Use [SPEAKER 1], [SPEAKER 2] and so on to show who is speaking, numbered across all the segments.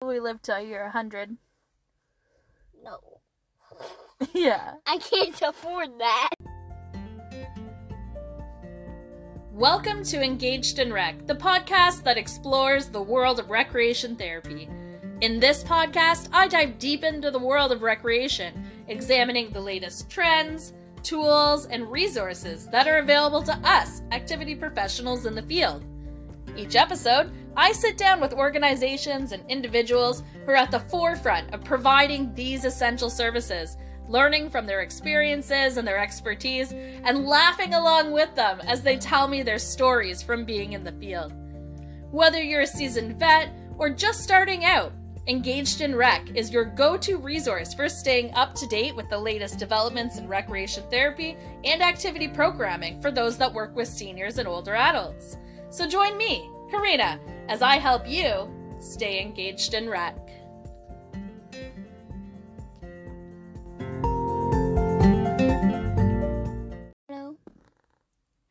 [SPEAKER 1] probably live till you're 100.
[SPEAKER 2] No.
[SPEAKER 1] yeah.
[SPEAKER 2] I can't afford that.
[SPEAKER 1] Welcome to Engaged in Rec, the podcast that explores the world of recreation therapy. In this podcast, I dive deep into the world of recreation, examining the latest trends, tools, and resources that are available to us, activity professionals in the field. Each episode, I sit down with organizations and individuals who are at the forefront of providing these essential services, learning from their experiences and their expertise, and laughing along with them as they tell me their stories from being in the field. Whether you're a seasoned vet or just starting out, Engaged in Rec is your go to resource for staying up to date with the latest developments in recreation therapy and activity programming for those that work with seniors and older adults. So join me, Karina, as I help you stay engaged in rec.
[SPEAKER 2] No.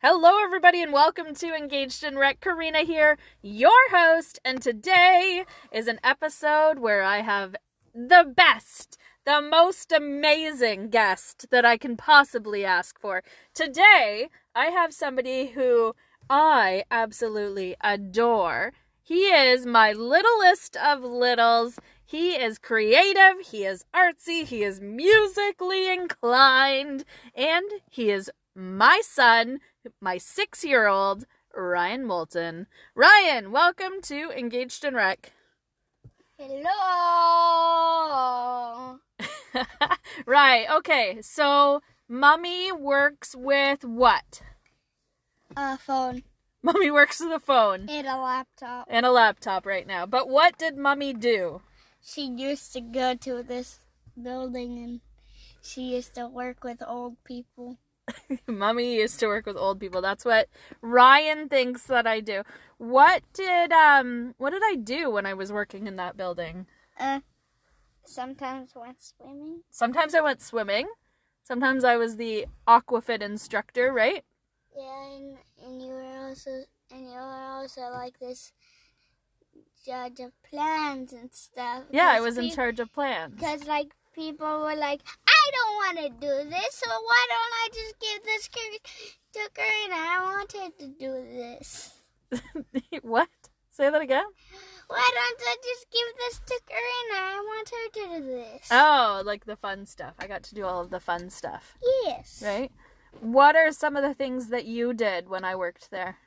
[SPEAKER 1] Hello, everybody, and welcome to Engaged in Rec. Karina here, your host, and today is an episode where I have the best, the most amazing guest that I can possibly ask for. Today, I have somebody who I absolutely adore. He is my littlest of littles. He is creative, he is artsy, he is musically inclined, and he is my son, my six year old, Ryan Moulton. Ryan, welcome to Engaged in Rec.
[SPEAKER 2] Hello.
[SPEAKER 1] right, okay, so mommy works with what?
[SPEAKER 2] A phone
[SPEAKER 1] Mommy works with a phone
[SPEAKER 2] and a laptop.
[SPEAKER 1] and a laptop right now. But what did mommy do?
[SPEAKER 2] She used to go to this building and she used to work with old people.
[SPEAKER 1] Mummy used to work with old people. That's what Ryan thinks that I do. What did um what did I do when I was working in that building?
[SPEAKER 2] Uh, sometimes went swimming.
[SPEAKER 1] Sometimes I went swimming. Sometimes I was the aquafit instructor, right?
[SPEAKER 2] Yeah, and, and you were also and you were also like this judge of plans and stuff.
[SPEAKER 1] Yeah, I
[SPEAKER 2] because
[SPEAKER 1] was in
[SPEAKER 2] peop-
[SPEAKER 1] charge of plans.
[SPEAKER 2] Because like people were like, I don't want to do this, so why don't I just give this car- to Karina? I wanted to do this.
[SPEAKER 1] what? Say that again?
[SPEAKER 2] Why don't I just give this to Karina? I want her to do this.
[SPEAKER 1] Oh, like the fun stuff. I got to do all of the fun stuff,
[SPEAKER 2] yes.
[SPEAKER 1] right? What are some of the things that you did when I worked there?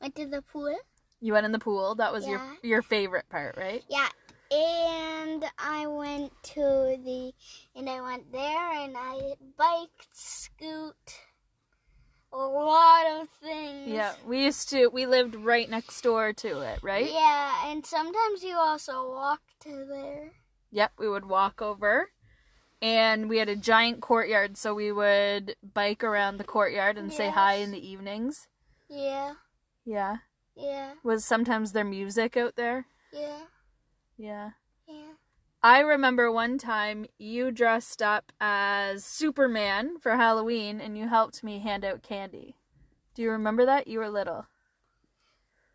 [SPEAKER 2] Went to the pool.
[SPEAKER 1] You went in the pool. That was your
[SPEAKER 2] Yeah.
[SPEAKER 1] your favorite part, right?
[SPEAKER 2] Yeah. And I went to the, and I went there and I biked, scoot, a lot of things.
[SPEAKER 1] Yeah, we used to. We lived right next door to it, right?
[SPEAKER 2] Yeah, and sometimes you also walk to there.
[SPEAKER 1] Yep, we would walk over, and we had a giant courtyard, so we would bike around the courtyard and say hi
[SPEAKER 2] Yes.
[SPEAKER 1] in the evenings.
[SPEAKER 2] Yeah,
[SPEAKER 1] Yeah,
[SPEAKER 2] yeah,
[SPEAKER 1] was sometimes there music out there.
[SPEAKER 2] yeah,
[SPEAKER 1] Yeah,
[SPEAKER 2] yeah.
[SPEAKER 1] I remember one time you dressed up as Superman for Halloween, and you helped me hand out candy. Do you remember that? You were little.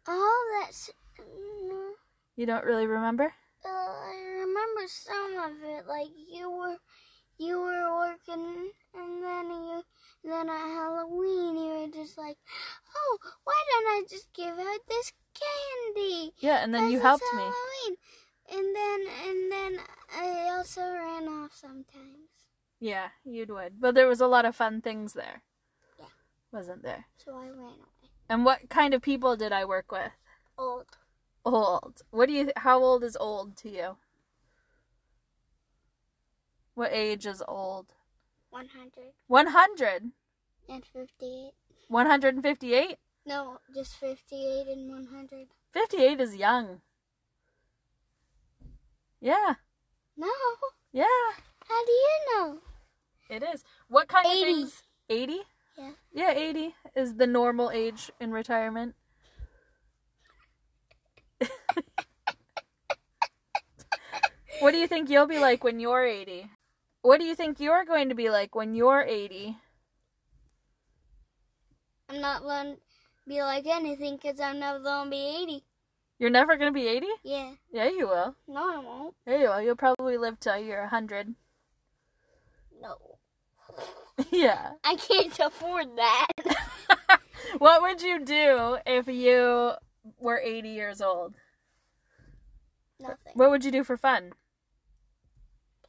[SPEAKER 2] Oh, that's. mm,
[SPEAKER 1] You don't really remember?
[SPEAKER 2] Uh, I remember some of it. Like you were, you were working, and then you, then at Halloween, you were just like, oh, why don't I just give out this candy?
[SPEAKER 1] Yeah, and then you
[SPEAKER 2] 'Cause
[SPEAKER 1] helped
[SPEAKER 2] it's
[SPEAKER 1] me.
[SPEAKER 2] Halloween. And then, and then I also ran off sometimes.
[SPEAKER 1] Yeah, you would. But there was a lot of fun things there.
[SPEAKER 2] Yeah.
[SPEAKER 1] Wasn't there?
[SPEAKER 2] So I ran away.
[SPEAKER 1] And what kind of people did I work with?
[SPEAKER 2] Old.
[SPEAKER 1] Old. What do you how old is old to you? What age is old?
[SPEAKER 2] 158.
[SPEAKER 1] 100. 158?
[SPEAKER 2] No, just 58 and 100.
[SPEAKER 1] 58 is young. Yeah.
[SPEAKER 2] No.
[SPEAKER 1] Yeah.
[SPEAKER 2] How do you know?
[SPEAKER 1] It is. What kind
[SPEAKER 2] 80.
[SPEAKER 1] of things? 80?
[SPEAKER 2] Yeah.
[SPEAKER 1] Yeah, 80 is the normal age in retirement. what do you think you'll be like when you're 80? What do you think you're going to be like when you're 80?
[SPEAKER 2] I'm not going to be like anything because I'm never going to be 80.
[SPEAKER 1] You're never gonna be 80?
[SPEAKER 2] Yeah.
[SPEAKER 1] Yeah, you will.
[SPEAKER 2] No, I won't.
[SPEAKER 1] Yeah, you will. You'll probably live till you're 100.
[SPEAKER 2] No.
[SPEAKER 1] yeah.
[SPEAKER 2] I can't afford that.
[SPEAKER 1] what would you do if you were 80 years old?
[SPEAKER 2] Nothing.
[SPEAKER 1] What would you do for fun?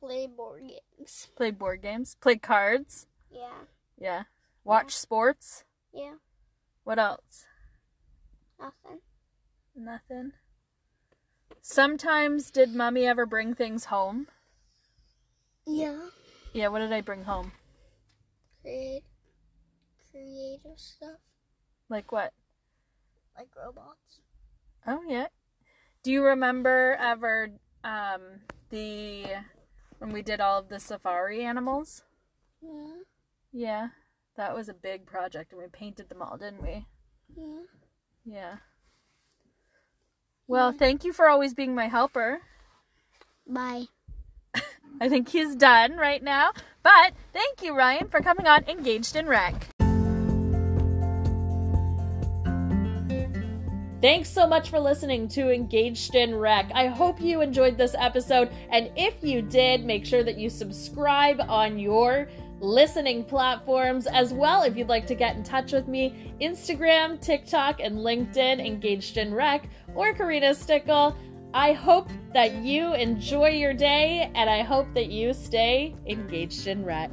[SPEAKER 2] Play board games.
[SPEAKER 1] Play board games? Play cards?
[SPEAKER 2] Yeah.
[SPEAKER 1] Yeah. Watch sports?
[SPEAKER 2] Yeah.
[SPEAKER 1] What else?
[SPEAKER 2] Nothing.
[SPEAKER 1] Nothing. Sometimes did mommy ever bring things home?
[SPEAKER 2] Yeah.
[SPEAKER 1] Yeah, what did I bring home?
[SPEAKER 2] Create creative stuff
[SPEAKER 1] Like what?
[SPEAKER 2] like robots.
[SPEAKER 1] Oh yeah. Do you remember ever um the when we did all of the safari animals?
[SPEAKER 2] Yeah.
[SPEAKER 1] Yeah. That was a big project and we painted them all, didn't we?
[SPEAKER 2] Yeah.
[SPEAKER 1] Yeah. Well, thank you for always being my helper.
[SPEAKER 2] Bye.
[SPEAKER 1] I think he's done right now. But thank you, Ryan, for coming on Engaged in Rec. Thanks so much for listening to Engaged in Rec. I hope you enjoyed this episode. And if you did, make sure that you subscribe on your listening platforms as well. If you'd like to get in touch with me, Instagram, TikTok, and LinkedIn, Engaged in Rec, or Karina Stickle. I hope that you enjoy your day and I hope that you stay engaged in rec.